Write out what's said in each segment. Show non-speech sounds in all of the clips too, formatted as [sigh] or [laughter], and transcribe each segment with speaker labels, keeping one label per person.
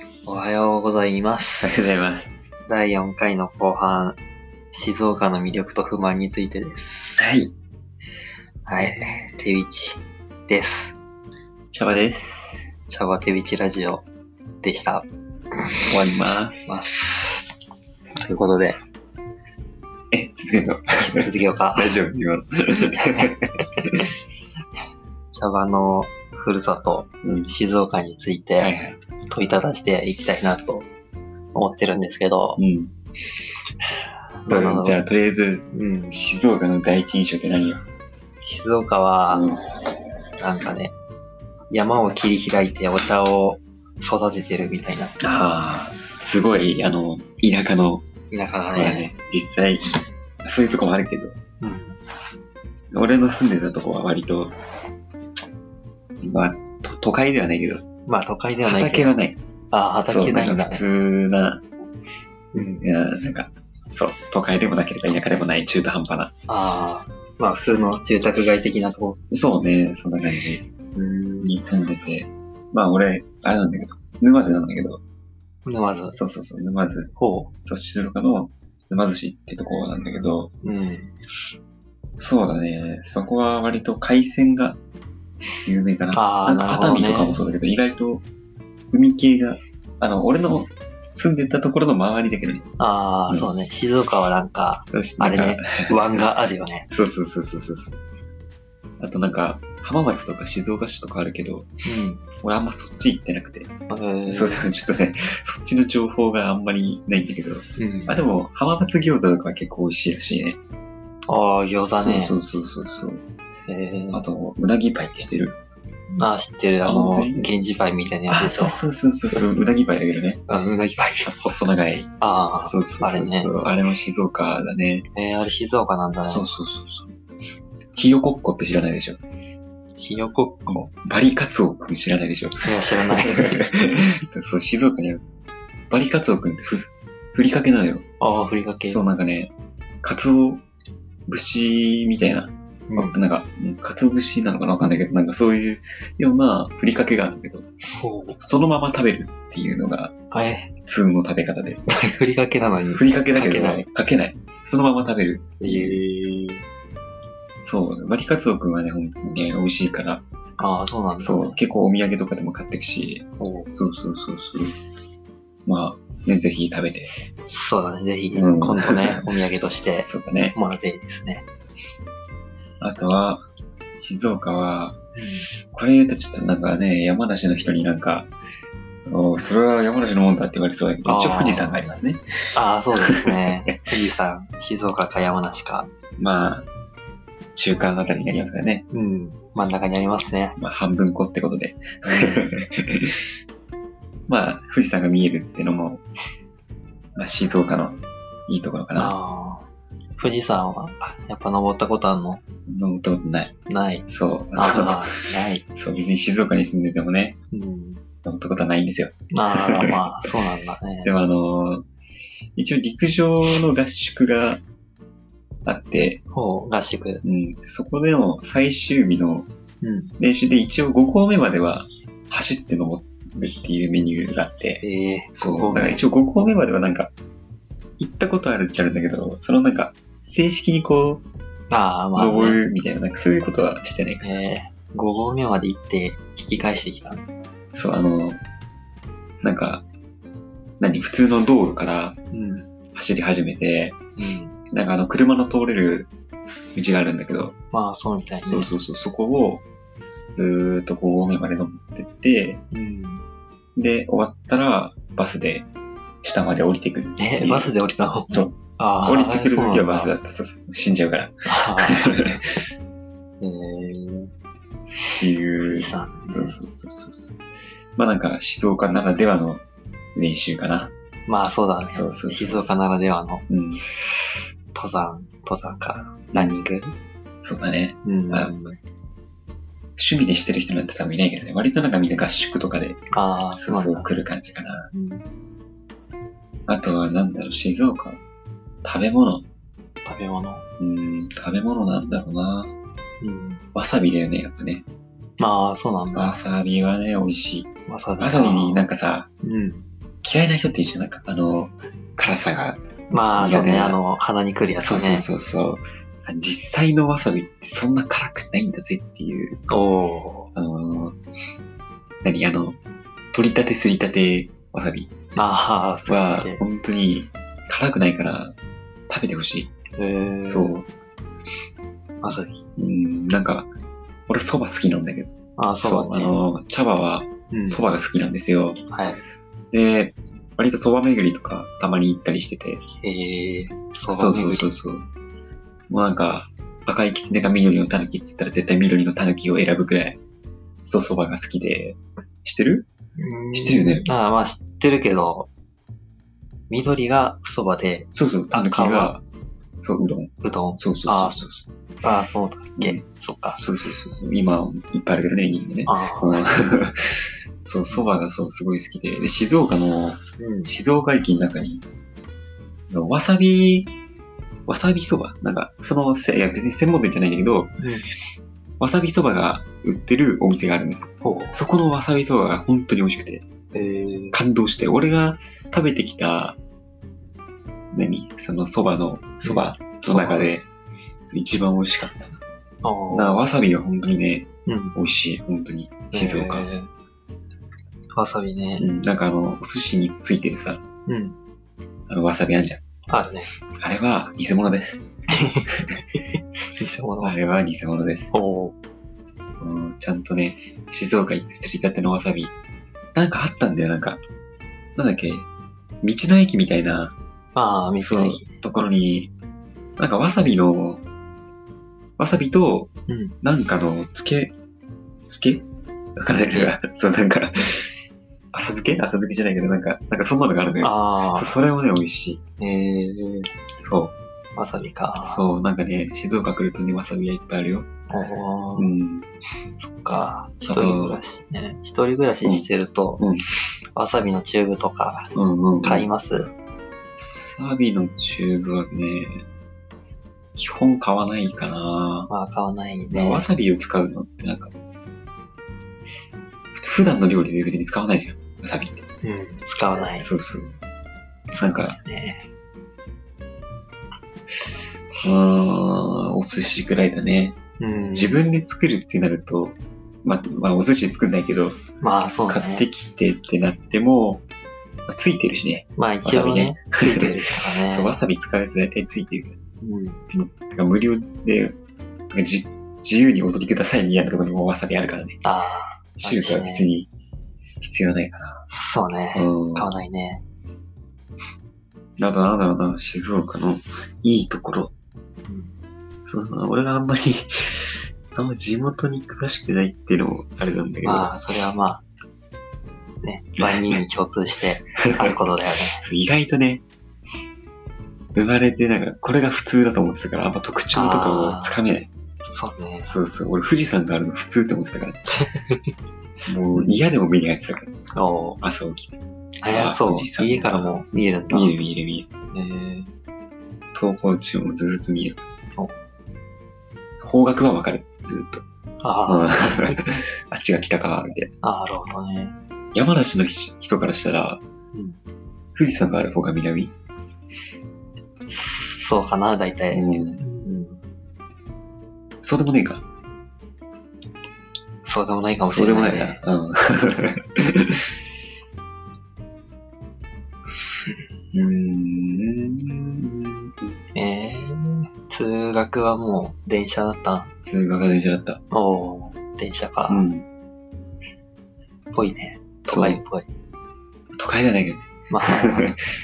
Speaker 1: ようございます。 [laughs]
Speaker 2: ありがとうございます。
Speaker 1: 第4回の後半、静岡の魅力と不満についてです。
Speaker 2: はい。
Speaker 1: はい。手打ちです。
Speaker 2: 茶葉です。
Speaker 1: 茶葉手打ちラジオでした。
Speaker 2: 終わります。
Speaker 1: ます。ということで、
Speaker 2: え、続けるの
Speaker 1: 続けようか。
Speaker 2: 大丈夫今の。
Speaker 1: 茶葉のふるさと、
Speaker 2: うん
Speaker 1: 静岡につい
Speaker 2: はい
Speaker 1: て
Speaker 2: はい。
Speaker 1: 問いただしていきたいなと思ってるんですけど、
Speaker 2: うん。どう
Speaker 1: あの
Speaker 2: じゃあ、とりあえず、
Speaker 1: うん、
Speaker 2: 静岡の第一印象って何よ
Speaker 1: 静岡は、
Speaker 2: うん
Speaker 1: なんかね、山を切り開いてお茶を育ててるみたいな
Speaker 2: ああ、すごい、あの、田舎の、
Speaker 1: 田舎が
Speaker 2: ほら
Speaker 1: ね、
Speaker 2: ね、実際、そういうとこもあるけど、
Speaker 1: うん、
Speaker 2: 俺の住んでたとこは割と、まあ、と都会ではないけど、
Speaker 1: まあ都会ではないけ
Speaker 2: 畑
Speaker 1: ど、
Speaker 2: はない。
Speaker 1: ああ、
Speaker 2: そう、
Speaker 1: 畑ないん
Speaker 2: な
Speaker 1: だ
Speaker 2: んか
Speaker 1: ね
Speaker 2: 普。通な、
Speaker 1: うん
Speaker 2: いやーなんか、そう、都会でもなければ田舎でもない中途半端な。
Speaker 1: ああ、まあ普通の住宅街的なとこ。
Speaker 2: そうね、そんな感じ
Speaker 1: うん、
Speaker 2: に住んでて。まあ俺、あれなんだけど、沼津なんだけど、
Speaker 1: 沼津。
Speaker 2: そうそうそう、沼津、
Speaker 1: ほ
Speaker 2: そう、静岡の沼津市ってとこなんだけど、
Speaker 1: う。うん。
Speaker 2: そうだね、そこは割と海鮮が有名かな。
Speaker 1: ああ、
Speaker 2: なん
Speaker 1: な
Speaker 2: か
Speaker 1: るほ
Speaker 2: 熱
Speaker 1: ど、ね。
Speaker 2: 海とかもそうだけど、意外と海系が、あの、俺の住んでたところの周りだけどね。
Speaker 1: ああ、
Speaker 2: うん
Speaker 1: そうね。静岡はなんか、
Speaker 2: そして
Speaker 1: あ
Speaker 2: なん
Speaker 1: れ
Speaker 2: か
Speaker 1: ね、
Speaker 2: [laughs]
Speaker 1: 湾があるよね。
Speaker 2: そうそうそうそうそうそう。あとなんか、浜松とか静岡市とかあるけど、俺あんまそっち行ってなくて。
Speaker 1: うん。
Speaker 2: そうそう、ちょっとね、 [laughs] そっちの情報があんまりないんだけど。
Speaker 1: う。うん、
Speaker 2: あ、
Speaker 1: あ
Speaker 2: でも、浜松餃子とかは結構美味しいらしいね。
Speaker 1: あ、餃子ね。
Speaker 2: そうそうそうそう。
Speaker 1: えー
Speaker 2: あと、うなぎパイってしてる。
Speaker 1: ああ、知ってる。あ
Speaker 2: あ
Speaker 1: の、
Speaker 2: 本当
Speaker 1: 源
Speaker 2: に
Speaker 1: 氏パイみたいなやつ
Speaker 2: あ、
Speaker 1: でし
Speaker 2: そ
Speaker 1: ょ
Speaker 2: う。そうそうそうそう、うなぎパイだけどね。
Speaker 1: うんうな
Speaker 2: [laughs]
Speaker 1: ぎパイ。
Speaker 2: 細長い。
Speaker 1: ああ、
Speaker 2: そうそうそうそう。あれ,、も静岡だね。
Speaker 1: えー、あれ静岡なんだね。
Speaker 2: そうそうそうそう。ひよこっこって知らないでしょ。
Speaker 1: ひよこっこ。
Speaker 2: バリカツオくん知らないでしょ。
Speaker 1: いや、知らない。
Speaker 2: [laughs] そう、静岡にあるバリカツオくんってふ、ふりかけなのよ。
Speaker 1: ああ、ふりかけ。
Speaker 2: そう、なんかね、カツオ節みたいな、
Speaker 1: うん。
Speaker 2: なんか、うんカツオ節なのかなわかんないけど、なんかそういうようなふりかけがあるんだけど、
Speaker 1: ほう
Speaker 2: そのまま食べるっていうのが
Speaker 1: あれ、
Speaker 2: 普通の食べ方で、
Speaker 1: ふりかけなのに。
Speaker 2: ふりかけだけど、
Speaker 1: かけな
Speaker 2: かけない。そのまま食べるっていう。
Speaker 1: えー、
Speaker 2: そう、バリカツオくんはね、本当にね、美味しいから、
Speaker 1: ああ、そうなんだ、ね。
Speaker 2: そう、結構お土産とかでも買ってくし、
Speaker 1: ほう。
Speaker 2: そうそうそうそう。まあ、ね、ぜひ食べて。
Speaker 1: そうだね。ぜひ、
Speaker 2: うん
Speaker 1: 今度ね、お土産と
Speaker 2: [laughs]
Speaker 1: して
Speaker 2: そうだね。
Speaker 1: もらっていいですね。
Speaker 2: あとは、静岡は、これ言うとちょっとなんかね、山梨の人になんか、おそれは山梨のもんだって言われそうだけど、一
Speaker 1: あ
Speaker 2: 応
Speaker 1: ー
Speaker 2: 富士山がありますね。
Speaker 1: ああ、そうです
Speaker 2: [laughs]
Speaker 1: ね。富士山、静岡か山梨か。
Speaker 2: まあ、中間あたりになりますからね。
Speaker 1: うん。真ん中にありますね。
Speaker 2: まあ、半分こってこ
Speaker 1: [laughs]
Speaker 2: とで。まあ、富士山が見えるってのも、まあ、静岡のいいところかな。
Speaker 1: ああ。富士山は、あやっぱ登ったことあるの
Speaker 2: 登ったことない。 [laughs]
Speaker 1: ない。
Speaker 2: そう。
Speaker 1: ああ、ない。
Speaker 2: そう、別に静岡に住んでてもね、
Speaker 1: うん。
Speaker 2: 登ったことはないんですよ。
Speaker 1: まあまあ、そうなんだね。
Speaker 2: でもあのー一応陸上の合宿があって、
Speaker 1: ほう、合宿。
Speaker 2: うん、そこでの最終日の
Speaker 1: うん。
Speaker 2: 練習で一応5校目までは走って登るっていうメニューがあって、
Speaker 1: ええ
Speaker 2: そう、
Speaker 1: 五合目
Speaker 2: だから一応5校目まではなんか、行ったことあるっちゃあるんだけど、そのなんか、正式にこう、
Speaker 1: ああ、まあ、ね。
Speaker 2: 登るみたいな、なんかそういうことはしてないか。
Speaker 1: えー、5合目まで行って引き返してきたの。
Speaker 2: そう、あの、なんか、何、普通の道路から
Speaker 1: うん。うん。
Speaker 2: 走り始めて、なんかあの、車の通れる道があるんだけど、
Speaker 1: まあ、そうみたいね。
Speaker 2: そうそうそう、そこを、ずーっと5合目まで登ってって、
Speaker 1: うん。
Speaker 2: で、終わったら、バスで、下まで降りてくるっていう。
Speaker 1: え、バスで降りたの
Speaker 2: そう。
Speaker 1: ああ、
Speaker 2: 降りてくるときはバスだ
Speaker 1: っ。
Speaker 2: った。そうそう。死んじゃうから。った [laughs]
Speaker 1: えー、
Speaker 2: てい
Speaker 1: 富
Speaker 2: う。
Speaker 1: 士
Speaker 2: そ
Speaker 1: 山、ね。
Speaker 2: うそうそうそうそう。まあなんか、静岡ならではの練習かな。
Speaker 1: まあ、そうだね。
Speaker 2: そうそうそう
Speaker 1: 静岡ならではの
Speaker 2: うん。
Speaker 1: 登山、登山か、ランニング。
Speaker 2: そうだね。
Speaker 1: うん。
Speaker 2: あ趣味でしてる人なんて多分いないけどね。割となんかみんな合宿とかで、
Speaker 1: ああ、そ
Speaker 2: そう
Speaker 1: うな
Speaker 2: そ
Speaker 1: ん
Speaker 2: う
Speaker 1: だ。
Speaker 2: 来る感じかな。
Speaker 1: うん
Speaker 2: あとはなんだろう、静岡。食べ物。
Speaker 1: 食べ物。
Speaker 2: うん、食べ物なんだろうな。
Speaker 1: うん。
Speaker 2: わさびだよね、やっぱね。
Speaker 1: まあ、そうなん
Speaker 2: わ
Speaker 1: だ。
Speaker 2: さびはね、美味しい。
Speaker 1: わさびか。
Speaker 2: わさびになんかさ、
Speaker 1: うん。
Speaker 2: 嫌いな人っているじゃん。なんか、あの、辛さが。
Speaker 1: まあ、そう
Speaker 2: 苦手
Speaker 1: ね、
Speaker 2: な
Speaker 1: あの、鼻にくるやつ
Speaker 2: そう
Speaker 1: ね。
Speaker 2: そうそうそう。実際のわさびってそんな辛くないんだぜっていう。
Speaker 1: お
Speaker 2: あの、何あの、取り立てすり立てわさび
Speaker 1: ー。ああ、そうだっ
Speaker 2: は
Speaker 1: け。
Speaker 2: 本当に辛くないから食べてほしい。
Speaker 1: えー、。
Speaker 2: そうう。
Speaker 1: わさび。
Speaker 2: うん、なんか、俺蕎麦好きなんだけど。
Speaker 1: ああ、そうだ
Speaker 2: あ
Speaker 1: ね。
Speaker 2: の、茶葉は
Speaker 1: うん
Speaker 2: 蕎麦が好きなんですよ。
Speaker 1: は
Speaker 2: で、割と蕎麦巡りとかたまに行ったりしてて。
Speaker 1: い。えー、そ
Speaker 2: そうそう
Speaker 1: そ
Speaker 2: そううそう。もうなんか、赤い狐が緑の狸って言ったら絶対緑の狸を選ぶくらい、そう蕎麦が好きで。知ってる知ってるよね
Speaker 1: ああ、まあ知ってるけど、緑がそばで、
Speaker 2: そうそう、狸が、そう、うどん。
Speaker 1: うどん。
Speaker 2: そうそう
Speaker 1: あー
Speaker 2: そうそう。
Speaker 1: ああ、そうだっけ。
Speaker 2: うん
Speaker 1: そっか。
Speaker 2: そうそうそうそう。今、いっぱいあるけどね、家にね。
Speaker 1: ああ、
Speaker 2: うん [laughs] そう、蕎麦がそう、すごい好きで。で、静岡の、
Speaker 1: うん。
Speaker 2: 静岡駅の中に、わさび、わさびそばなんか、その、せいや、別に専門店じゃないんだけど、わさびそばが売ってるお店があるんですよ。
Speaker 1: ほう。
Speaker 2: そこのわさびそばが本当に美味しくて、
Speaker 1: えー、
Speaker 2: 感動して、俺が食べてきた、何そのそばの、そばの中で、一番美味しかったな。
Speaker 1: あ
Speaker 2: だ
Speaker 1: ー
Speaker 2: からわさびが本当にね、
Speaker 1: うん。
Speaker 2: 美味しい、本当に。静岡。
Speaker 1: えーわさびね。
Speaker 2: うん、なんかあの、お寿司についてるさ、
Speaker 1: うん。
Speaker 2: あの、わさびあんじゃん。
Speaker 1: あるね。
Speaker 2: あれは偽物です。
Speaker 1: 偽物。
Speaker 2: あれは偽物です。
Speaker 1: おー
Speaker 2: うん、ちゃんとね、静岡行って釣りたてのわさび。なんかあったんだよ、なんか。なんだっけ道の駅みたいな、
Speaker 1: ああ、
Speaker 2: そ
Speaker 1: 水
Speaker 2: の
Speaker 1: 炊き。
Speaker 2: ところに、なんかわさびの、わさびと、
Speaker 1: うん。
Speaker 2: なんかの、漬け、漬けわかんないけど、そう、なんか、浅漬け浅漬けじゃないけど、なんか、なんかそんなのがあるのよ。
Speaker 1: あ
Speaker 2: そそれもね、美味しい。
Speaker 1: あ、えー、
Speaker 2: そう。
Speaker 1: わさびか。
Speaker 2: そう、なんかね、静岡来るとね、わさびがいっぱいあるよ。
Speaker 1: お
Speaker 2: う
Speaker 1: ー
Speaker 2: ん。
Speaker 1: そっか。一
Speaker 2: あと
Speaker 1: 人暮らしね。一人暮らししてると、
Speaker 2: うんうん
Speaker 1: わさびのチューブとか
Speaker 2: うんうん。
Speaker 1: 買います。
Speaker 2: サビのチューブはね、基本買わないかな。
Speaker 1: まあ買わない
Speaker 2: まあ
Speaker 1: ね
Speaker 2: わ。さびを使うのってなんか、ふ普段の料理で別に使わないじゃん。わさびって。
Speaker 1: うん。使わない。
Speaker 2: そうそう。なんか、
Speaker 1: ね。
Speaker 2: うーん、お寿司くらいだね。
Speaker 1: うん。
Speaker 2: 自分で作るってなると、ま、まあ、お寿司作んないけど、
Speaker 1: まあそうだ
Speaker 2: 買っ
Speaker 1: ね
Speaker 2: て。きてってなっても、まあついてるしね。
Speaker 1: まあ一応ね、ついてるからね。
Speaker 2: [laughs] そう、わさび使うやつ大体ついてるから。
Speaker 1: うん。
Speaker 2: なんか無料で、なんかじ自由にお取りくださいみたいなところにもわさびあるからね。
Speaker 1: ああ、
Speaker 2: 中華は別に必要ないかな。
Speaker 1: そうね。
Speaker 2: うん。
Speaker 1: 買わないね。
Speaker 2: あとなんだろうな、静岡のいいところ。そうそう、俺があんまり、 [laughs] あんま地元に詳しくないっていうのもあれなんだけど、
Speaker 1: まあそれはまあ、ね、万人に共通してあることだよね。
Speaker 2: [laughs] 意外とね、生まれてなんか、これが普通だと思ってたから、あんま特徴とかをつかめない。
Speaker 1: そうね。
Speaker 2: そうそう、俺富士山があるの普通って思ってたから。もう嫌でも目に入ってたから、
Speaker 1: おう
Speaker 2: 朝起きて。
Speaker 1: え
Speaker 2: あ
Speaker 1: ー、そう
Speaker 2: 富士。山
Speaker 1: 家からも見えるんだ。
Speaker 2: 見える見える見える。
Speaker 1: えー
Speaker 2: 投稿中もずっと見える
Speaker 1: お。
Speaker 2: 方角はわかる。ずっと。
Speaker 1: あ
Speaker 2: あ
Speaker 1: ー
Speaker 2: っちが北か、みたいな。
Speaker 1: あー、なるほどね。
Speaker 2: 山梨のひ人からしたら、
Speaker 1: うん
Speaker 2: 富士山がある方が南、
Speaker 1: そうかな、大体。
Speaker 2: うん、
Speaker 1: うん
Speaker 2: そうでもねえか。
Speaker 1: そうでもないかもし
Speaker 2: そう
Speaker 1: れ
Speaker 2: でも
Speaker 1: な
Speaker 2: ないい
Speaker 1: ね。
Speaker 2: な。うん。
Speaker 1: [laughs]
Speaker 2: うーん。
Speaker 1: えー、通学はもう電車だった
Speaker 2: 通学が電車だった。
Speaker 1: んおー電車か。
Speaker 2: うん。
Speaker 1: ぽいね。都
Speaker 2: そう
Speaker 1: 会っぽい。
Speaker 2: 都会じゃないけどね。
Speaker 1: まあ、
Speaker 2: [laughs]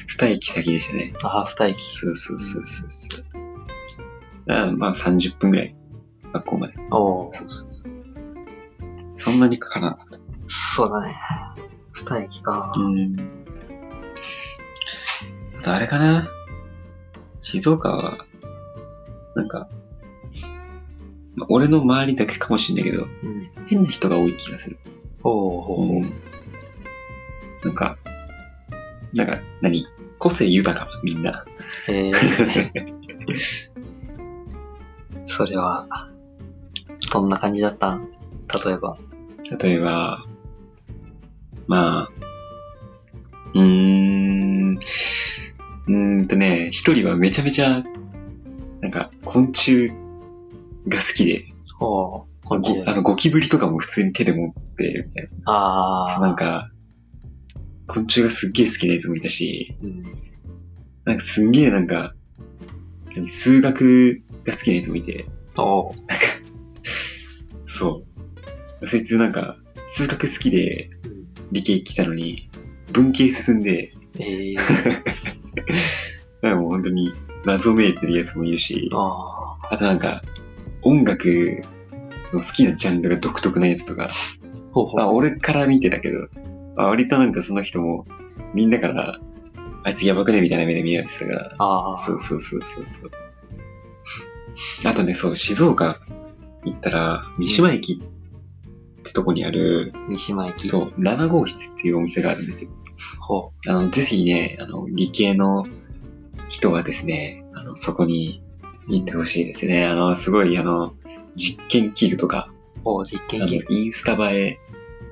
Speaker 2: 二駅先でしたね。
Speaker 1: ハーフ待
Speaker 2: [laughs]
Speaker 1: 機。
Speaker 2: そうそうそうそうそう。あまあ30分ぐらい。学校まで。
Speaker 1: おー
Speaker 2: そうそうそう。そんなにかからなかった。
Speaker 1: そうだね。二駅か。
Speaker 2: うん。あとあれかな静岡は、なんか、まあ俺の周りだけかもしれないけど、
Speaker 1: うん。
Speaker 2: 変な人が多い気がする。
Speaker 1: おー
Speaker 2: なんか、なんか、何個性豊か、みんな。
Speaker 1: えー、それは、どんな感じだったん例えば。
Speaker 2: 例えば、まあ、うーん。うーんとね、一人はめちゃめちゃ、なんか、昆虫が好きで、
Speaker 1: おう、
Speaker 2: ご
Speaker 1: 本気で。
Speaker 2: あの、ゴキブリとかも普通に手で持って、みたい
Speaker 1: あ
Speaker 2: な。そう
Speaker 1: あ。
Speaker 2: なんか、昆虫がすっげえ好きなやつもいたし、
Speaker 1: うん。
Speaker 2: なんかすんげえなんか、何数学が好きなやつもいて、
Speaker 1: おう。
Speaker 2: そう。そいつなんか、数学好きで
Speaker 1: うん
Speaker 2: 理系来たのに、文系進んで、
Speaker 1: ええ
Speaker 2: なんかもう本当に謎めいてるやつもいるし、
Speaker 1: ああ。
Speaker 2: あとなんか、音楽の好きなジャンルが独特なやつとか、
Speaker 1: ほうほ
Speaker 2: まあ、
Speaker 1: う。
Speaker 2: 俺から見てだけど、まあ、割となんかその人も、みんなから、あいつやばくねみたいな目で見られてたから。
Speaker 1: ああ。
Speaker 2: そうそうそうそうそう。あとね、そう、静岡行ったら、三島駅ってとこにある、
Speaker 1: 三島駅。
Speaker 2: そう、7号室っていうお店があるんですよ。
Speaker 1: ほ
Speaker 2: あの、ぜひね、あの、理系の人はですね、あの、そこに行ってほしいですね。あの、すごい、あの、実験器具とか、
Speaker 1: う。ほう、実
Speaker 2: あ
Speaker 1: 験
Speaker 2: の
Speaker 1: 器具。
Speaker 2: インスタ映え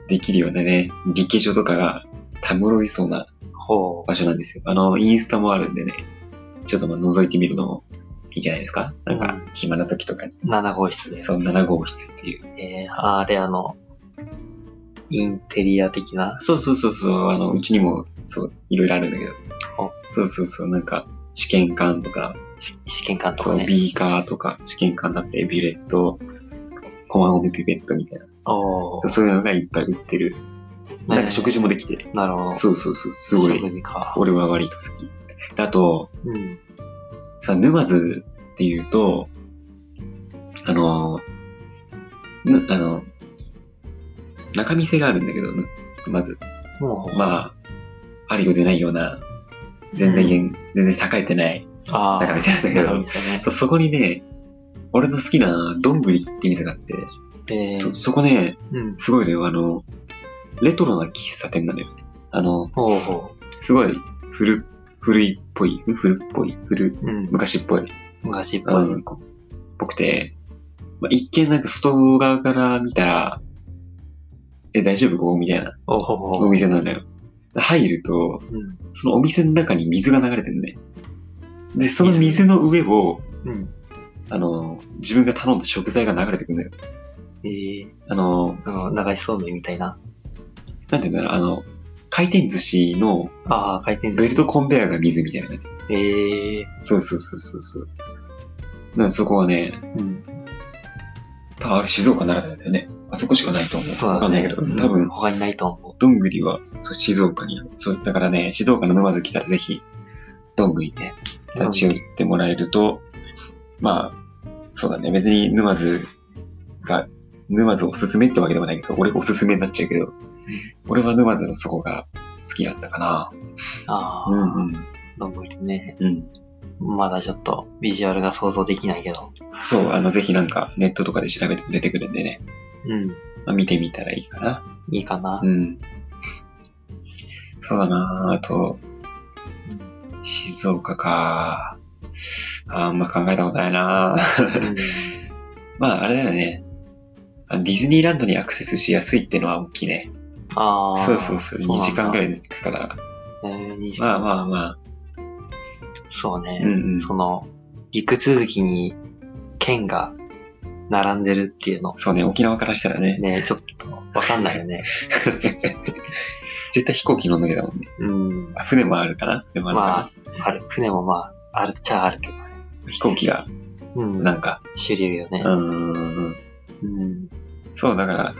Speaker 2: できるようなね、理系所とかがたむろいそうな
Speaker 1: ほう。
Speaker 2: 場所なんですよ。あの、インスタもあるんでね、ちょっとまあ覗いてみるのもいいんじゃないですか。なん
Speaker 1: う
Speaker 2: か
Speaker 1: ん、
Speaker 2: 暇な時とかに、
Speaker 1: 7号室で。
Speaker 2: その7号室っていう。
Speaker 1: えー、あれ、あの、インテリア的な。
Speaker 2: そうそうそうそう、あの、うちにも、そう、いろいろあるんだけど
Speaker 1: お。
Speaker 2: そうそうそう、なんか、試験管とか、
Speaker 1: 試験官と
Speaker 2: そ
Speaker 1: か
Speaker 2: う、
Speaker 1: ね。
Speaker 2: ビーカーとか、試験管だって、ビュレット、コマゴミピペットみたいな。
Speaker 1: おお
Speaker 2: そう、。そういうのがいっぱい売ってる。なんか食事もできて。
Speaker 1: なるほど。
Speaker 2: そうそうそう、すごい。
Speaker 1: 食事か。
Speaker 2: 俺は割と好き。であと、
Speaker 1: うん。
Speaker 2: さ、沼津っていうと、あの、ぬあの、中見せがあるんだけど、ぬまず、
Speaker 1: もう、
Speaker 2: まあ、あるようでないような、全然、全然栄えてない
Speaker 1: あ
Speaker 2: 中見せなんだけ
Speaker 1: 中
Speaker 2: ど
Speaker 1: 見世ね
Speaker 2: そ、そこにね、俺の好きな、どんぐりって店があって、
Speaker 1: えー
Speaker 2: そ、そこね、
Speaker 1: うん。
Speaker 2: すごいね、あの、レトロな喫茶店なのよ。あの、
Speaker 1: ほうほ
Speaker 2: すごい、古、古いっぽい、古っぽい、古、
Speaker 1: う。うん。
Speaker 2: 昔っぽい
Speaker 1: 昔っぽ
Speaker 2: う
Speaker 1: い。
Speaker 2: ん、こぽくて、まあ、一見なんか外側から見たら、え、大丈夫ここみたいな
Speaker 1: おほほ
Speaker 2: お
Speaker 1: ほ。
Speaker 2: 店なのよ。入ると、
Speaker 1: うん。
Speaker 2: そのお店の中に水が流れてるね。で、その水の上を、
Speaker 1: うん。
Speaker 2: あの、自分が頼んだ食材が流れてくるのよ。
Speaker 1: えー、
Speaker 2: あの、
Speaker 1: あの流しそうめんみたいな。
Speaker 2: なんていうんだろう、あの、回転寿司の
Speaker 1: ああ、回転
Speaker 2: ベ
Speaker 1: 寿
Speaker 2: ルトコンベヤーが水みたいな感じ。
Speaker 1: 司。ええ
Speaker 2: そうそうそうそうそう。だからそこはね、
Speaker 1: ー。うん。
Speaker 2: 多分あれ静岡ならではだよね。あそこしかないと思う。
Speaker 1: そう
Speaker 2: わか
Speaker 1: だ
Speaker 2: んない
Speaker 1: ね
Speaker 2: けど、多分
Speaker 1: 他にないと思
Speaker 2: どんぐりは、そう、静岡にある。そう、だからね、静岡の沼津来たらぜひ、どんぐりね、
Speaker 1: う。
Speaker 2: 立ち寄ってもらえると、まあ、そうだね、別に沼津が、沼津おすすめってわけでもないけど、俺おすすめになっちゃうけど、俺は沼津のそこが好きだったかな。
Speaker 1: ああ、
Speaker 2: うんうん。
Speaker 1: どんぐりね。
Speaker 2: うん。
Speaker 1: まだちょっとビジュアルが想像できないけど。
Speaker 2: そう、あの、ぜひなんかネットとかで調べても出てくるんでね、
Speaker 1: うん。
Speaker 2: まあ、見てみたらいいかな。
Speaker 1: いいか
Speaker 2: [laughs]
Speaker 1: な。
Speaker 2: うん。そうだなあと、静岡かあんま考えたことないな [laughs]
Speaker 1: う
Speaker 2: まあ、あれだよね。あのディズニーランドにアクセスしやすいってのは大きいね。
Speaker 1: ん、ああ。
Speaker 2: そうそうそう。2時間ぐら
Speaker 1: い。
Speaker 2: いで着くから。
Speaker 1: えー、2時間。
Speaker 2: まあまあまあ。
Speaker 1: そうね。
Speaker 2: うんうん。
Speaker 1: その、陸続きに県が並んでるっていうの。
Speaker 2: そうね、沖縄からしたらね。
Speaker 1: ねちょっとわかんないよね。
Speaker 2: 絶対飛行機乗んなきゃだもんね。
Speaker 1: うん。
Speaker 2: あ船もあるかなでもあるか
Speaker 1: まあ、ある。船もまあ、あるっちゃあるけど。
Speaker 2: な飛行機が、
Speaker 1: うん。
Speaker 2: なんか、
Speaker 1: 主流よ
Speaker 2: う
Speaker 1: ね。
Speaker 2: ーん。
Speaker 1: うん。
Speaker 2: そう、だから、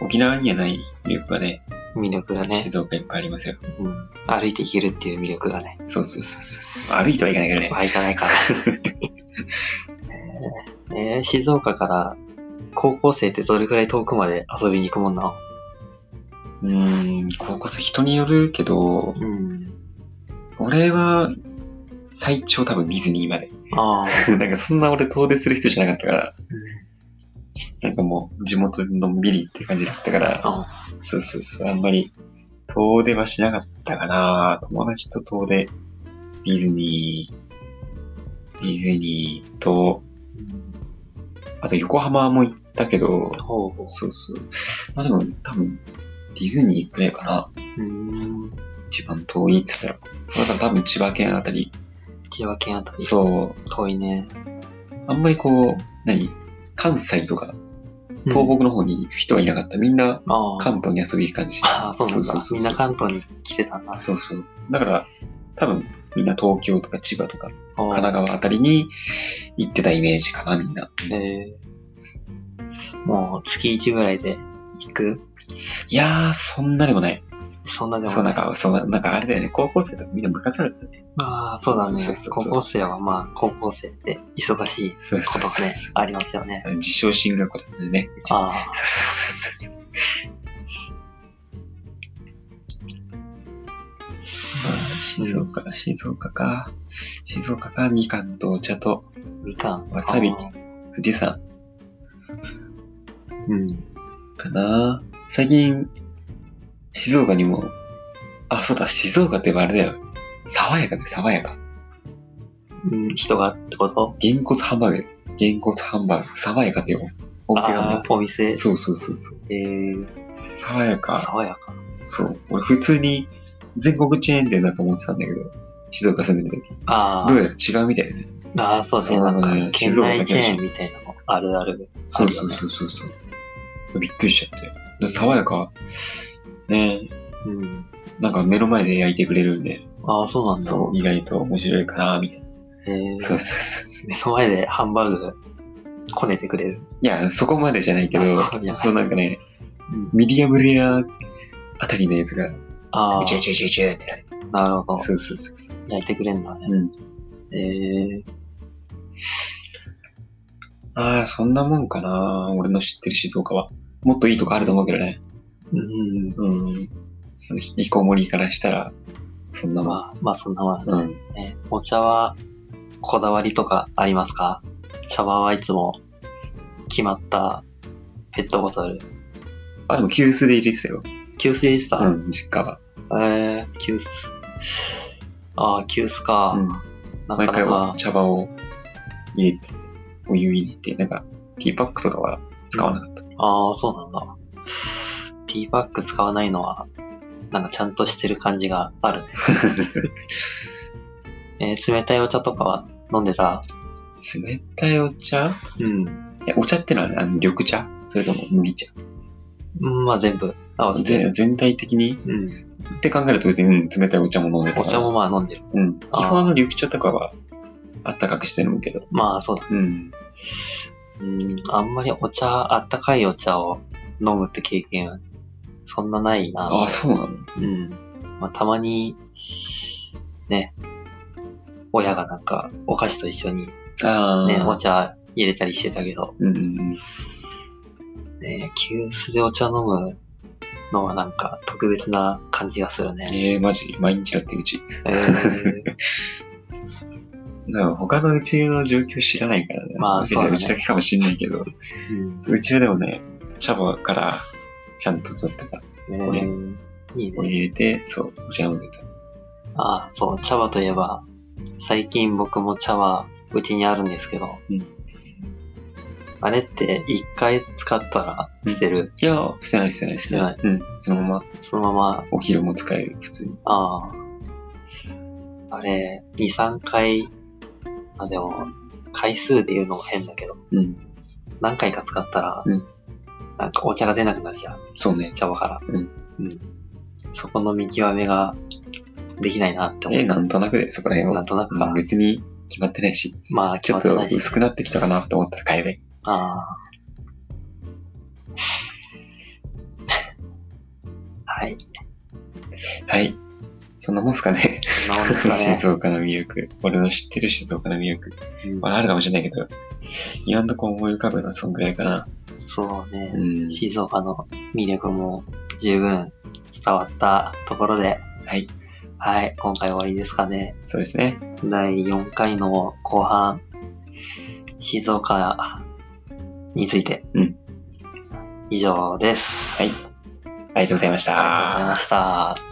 Speaker 2: 沖縄にはない魅力がね、
Speaker 1: 魅力がね。
Speaker 2: 静岡いっぱいありますよ。
Speaker 1: うん。歩いていけるっていう魅力がね。
Speaker 2: そうそうそうそうそう。歩いてはいかないけどね。
Speaker 1: まあ、いかないから。 [laughs] えーえー静岡から高校生ってどれくらい遠くまで遊びに行くもんなの
Speaker 2: うーん、高校生人によるけど、
Speaker 1: うん。
Speaker 2: 俺は、最長多分ディズニーまで。 [laughs]
Speaker 1: ああ。
Speaker 2: なんかそんな俺遠出する人じゃなかったから、
Speaker 1: うん
Speaker 2: なんかもう地元のんびりって感じだったから、
Speaker 1: あ
Speaker 2: そうそうそう、あんまり遠出はしなかったかな友達と遠出、ディズニー、ディズニーと、
Speaker 1: うん
Speaker 2: あと横浜も行ったけど、
Speaker 1: ほうほ
Speaker 2: そうそう。まあでも多分、ディズニーくらいかな。
Speaker 1: う。うん。
Speaker 2: 一番遠いって言ったら、まだ多分千葉県あたり、
Speaker 1: 千葉県あたり。
Speaker 2: そう、
Speaker 1: 遠いね。
Speaker 2: あんまりこう、何関西とか、東北の方に行く人はいなかった。みんな
Speaker 1: うんああ。
Speaker 2: 関東に遊びに行く感じ。
Speaker 1: ああ、そうなんだ
Speaker 2: そうそうそう
Speaker 1: みん
Speaker 2: そう
Speaker 1: な関東に来てたんだ。
Speaker 2: そうそう。だから、多分、みんな東京とか千葉とか
Speaker 1: 神
Speaker 2: 神奈川あたりに行ってたイメージかな、みんな。
Speaker 1: えーもう月1ぐらいで行く
Speaker 2: いやー、そんなでもない。
Speaker 1: そんなで
Speaker 2: そ
Speaker 1: も
Speaker 2: う、
Speaker 1: な
Speaker 2: な
Speaker 1: んい。
Speaker 2: か、そう、なんかあれだよね、高校生とかみんな部活だったね。
Speaker 1: ああ、そうだね
Speaker 2: そうそう。そうそ
Speaker 1: 高
Speaker 2: う
Speaker 1: 校生はまあ、高校生で忙しいこ
Speaker 2: そう
Speaker 1: と
Speaker 2: そう
Speaker 1: が
Speaker 2: そう
Speaker 1: ね
Speaker 2: そ、
Speaker 1: ありますよね。
Speaker 2: う。自称進学校だったんでね。うち
Speaker 1: ああ、
Speaker 2: そうそうそうそうまあ、静岡、静岡か。静岡か、みかんとお茶と
Speaker 1: みかん。
Speaker 2: わさび
Speaker 1: ああ
Speaker 2: 富士山
Speaker 1: うん。
Speaker 2: かな。最近、静岡にも、あ、そうだ、静岡ってあれだよ。爽やかね、爽やか。
Speaker 1: うん、人がってこと
Speaker 2: げんこつハンバーグ。げんこつハンバーグ。爽やかだよ。お店が
Speaker 1: ああ、お店。
Speaker 2: そうそうそうそう。
Speaker 1: えー、
Speaker 2: 爽やか。
Speaker 1: 爽やか。
Speaker 2: そう。俺普通に全国チェーン店だと思ってたんだけど、静岡住んでる時。
Speaker 1: あ
Speaker 2: どうやら違うみたいですね。
Speaker 1: あ、ああ、そう
Speaker 2: そ
Speaker 1: ね。
Speaker 2: う
Speaker 1: な
Speaker 2: なんん
Speaker 1: か
Speaker 2: だね、
Speaker 1: 県
Speaker 2: 静岡
Speaker 1: 内
Speaker 2: だ
Speaker 1: チ
Speaker 2: け
Speaker 1: ェ
Speaker 2: らしい
Speaker 1: ーンみたいなのあるある。
Speaker 2: そうそうそうそうそう。びっくりしちゃって。で爽やか。ね
Speaker 1: うん。
Speaker 2: なんか目の前で焼いてくれるんで、
Speaker 1: ああ、そうなんだ。
Speaker 2: そう、意外と面白いかな、みたいな。
Speaker 1: えー、
Speaker 2: そうそうそうそう。
Speaker 1: 目の前でハンバーグこねてくれる。
Speaker 2: いや、そこまでじゃないけど
Speaker 1: あそうじゃな、い
Speaker 2: そうなんかね
Speaker 1: うん、
Speaker 2: ミディアムレアあたりのやつが、
Speaker 1: ああ
Speaker 2: う、ちうちうちうちってなる。
Speaker 1: なるほど。
Speaker 2: そうそうそう。
Speaker 1: 焼いてくれるんだね。
Speaker 2: うん。
Speaker 1: えー、
Speaker 2: ああ、そんなもんかな。俺の知ってる静岡は。もっといいとこあると思うけどね。
Speaker 1: うん。
Speaker 2: うん。その、引きこもりからしたら、そんなもん。
Speaker 1: まあ、まあ、そんなもんだ
Speaker 2: うん。
Speaker 1: ね。お茶は、こだわりとかありますか茶碗はいつも、決まった、ペットボトル。
Speaker 2: あ、でも、急須で入れてたよ。
Speaker 1: 急須でした、
Speaker 2: うん、実家は。
Speaker 1: えー、急須。ああ、急須か。
Speaker 2: うん。
Speaker 1: なか
Speaker 2: 毎
Speaker 1: な
Speaker 2: 回
Speaker 1: か、
Speaker 2: 茶葉を入れて、お湯入れて、なんか、ティーパックとかは使わなかった。
Speaker 1: ああ、そうなんだ。ティーバッグ使わないのは、なんかちゃんとしてる感じがあるね。えー冷たいお茶とかは飲んでた
Speaker 2: 冷たいお茶
Speaker 1: うん。
Speaker 2: え、お茶ってのは、あの緑茶それとも麦茶
Speaker 1: まあ全部合わせて。
Speaker 2: ぜ全体的に
Speaker 1: うん。
Speaker 2: って考えると別に、うん冷たいお茶も飲んでた
Speaker 1: お
Speaker 2: から
Speaker 1: 茶もまあ飲んでる。
Speaker 2: うん。
Speaker 1: あー
Speaker 2: 基本あの緑茶とかは、あったかくして飲むけど。
Speaker 1: まあそうだ。
Speaker 2: うん。
Speaker 1: うん。あんまりお茶、あったかいお茶を飲むって経験、そんなないな。
Speaker 2: ああ、そうなの
Speaker 1: うん。まあたまに、ね、親がなんかお菓子と一緒に
Speaker 2: ああ。
Speaker 1: ね、お茶入れたりしてたけど、
Speaker 2: うんうんうん。
Speaker 1: ね、急須でお茶飲むのはなんか特別な感じがするね。
Speaker 2: ええマジ毎日だってうち。 [laughs]
Speaker 1: えー、
Speaker 2: だから他のうちの状況知らないからね。
Speaker 1: まあ
Speaker 2: もしかし
Speaker 1: そうだ
Speaker 2: たら
Speaker 1: ね
Speaker 2: うちだけかもしんないけど、
Speaker 1: うん
Speaker 2: うちはでもね、茶葉からちゃんと取ってた。
Speaker 1: え
Speaker 2: れ
Speaker 1: ーいい
Speaker 2: お
Speaker 1: ね。
Speaker 2: 湯入れて、そう、お茶飲んでた。
Speaker 1: ああ、そう、茶葉といえば、最近僕も茶葉、うちにあるんですけど、
Speaker 2: うん
Speaker 1: あれって一回使ったら捨てる、
Speaker 2: いや、捨てない捨てない捨てない。うん。そのまま
Speaker 1: そのまま、
Speaker 2: お昼も使える、普通に。
Speaker 1: ああ、あれ、2、3回、あ、でも、回数で言うのも変だけど、
Speaker 2: うん。
Speaker 1: 何回か使ったら、
Speaker 2: うん
Speaker 1: なんかお茶が出なくなるじゃん。
Speaker 2: そうね。
Speaker 1: 茶葉から。
Speaker 2: うん。
Speaker 1: うん。そこの見極めができないなって思
Speaker 2: え、
Speaker 1: う。
Speaker 2: なんとなくで、そこら辺
Speaker 1: な
Speaker 2: は
Speaker 1: ん。となく
Speaker 2: う
Speaker 1: か
Speaker 2: ん。別に決まってないし、
Speaker 1: まあ、
Speaker 2: ち
Speaker 1: 決
Speaker 2: ょ
Speaker 1: ま
Speaker 2: っ
Speaker 1: ってない
Speaker 2: と
Speaker 1: し。
Speaker 2: 薄くなってきたかなと思ったら買えばいい。
Speaker 1: あ [laughs] あ。はい。
Speaker 2: はい。そんなもんすかね。
Speaker 1: そんなもんですかね。
Speaker 2: [laughs] 静岡の魅力。俺の知ってる静岡の魅力。
Speaker 1: うん
Speaker 2: まあ、あるかもしれないけど、今んとこ思い浮かぶのはそんぐらいかな。
Speaker 1: そう
Speaker 2: う
Speaker 1: ね。
Speaker 2: ん。
Speaker 1: 静岡の魅力も十分伝わったところで、
Speaker 2: はい。
Speaker 1: はい、今回終わりですかね。
Speaker 2: そうですね。
Speaker 1: 第4回の後半、静岡について、
Speaker 2: うん
Speaker 1: 以上です。
Speaker 2: はいありがとうございまし
Speaker 1: ありがとうござい
Speaker 2: た。
Speaker 1: ました。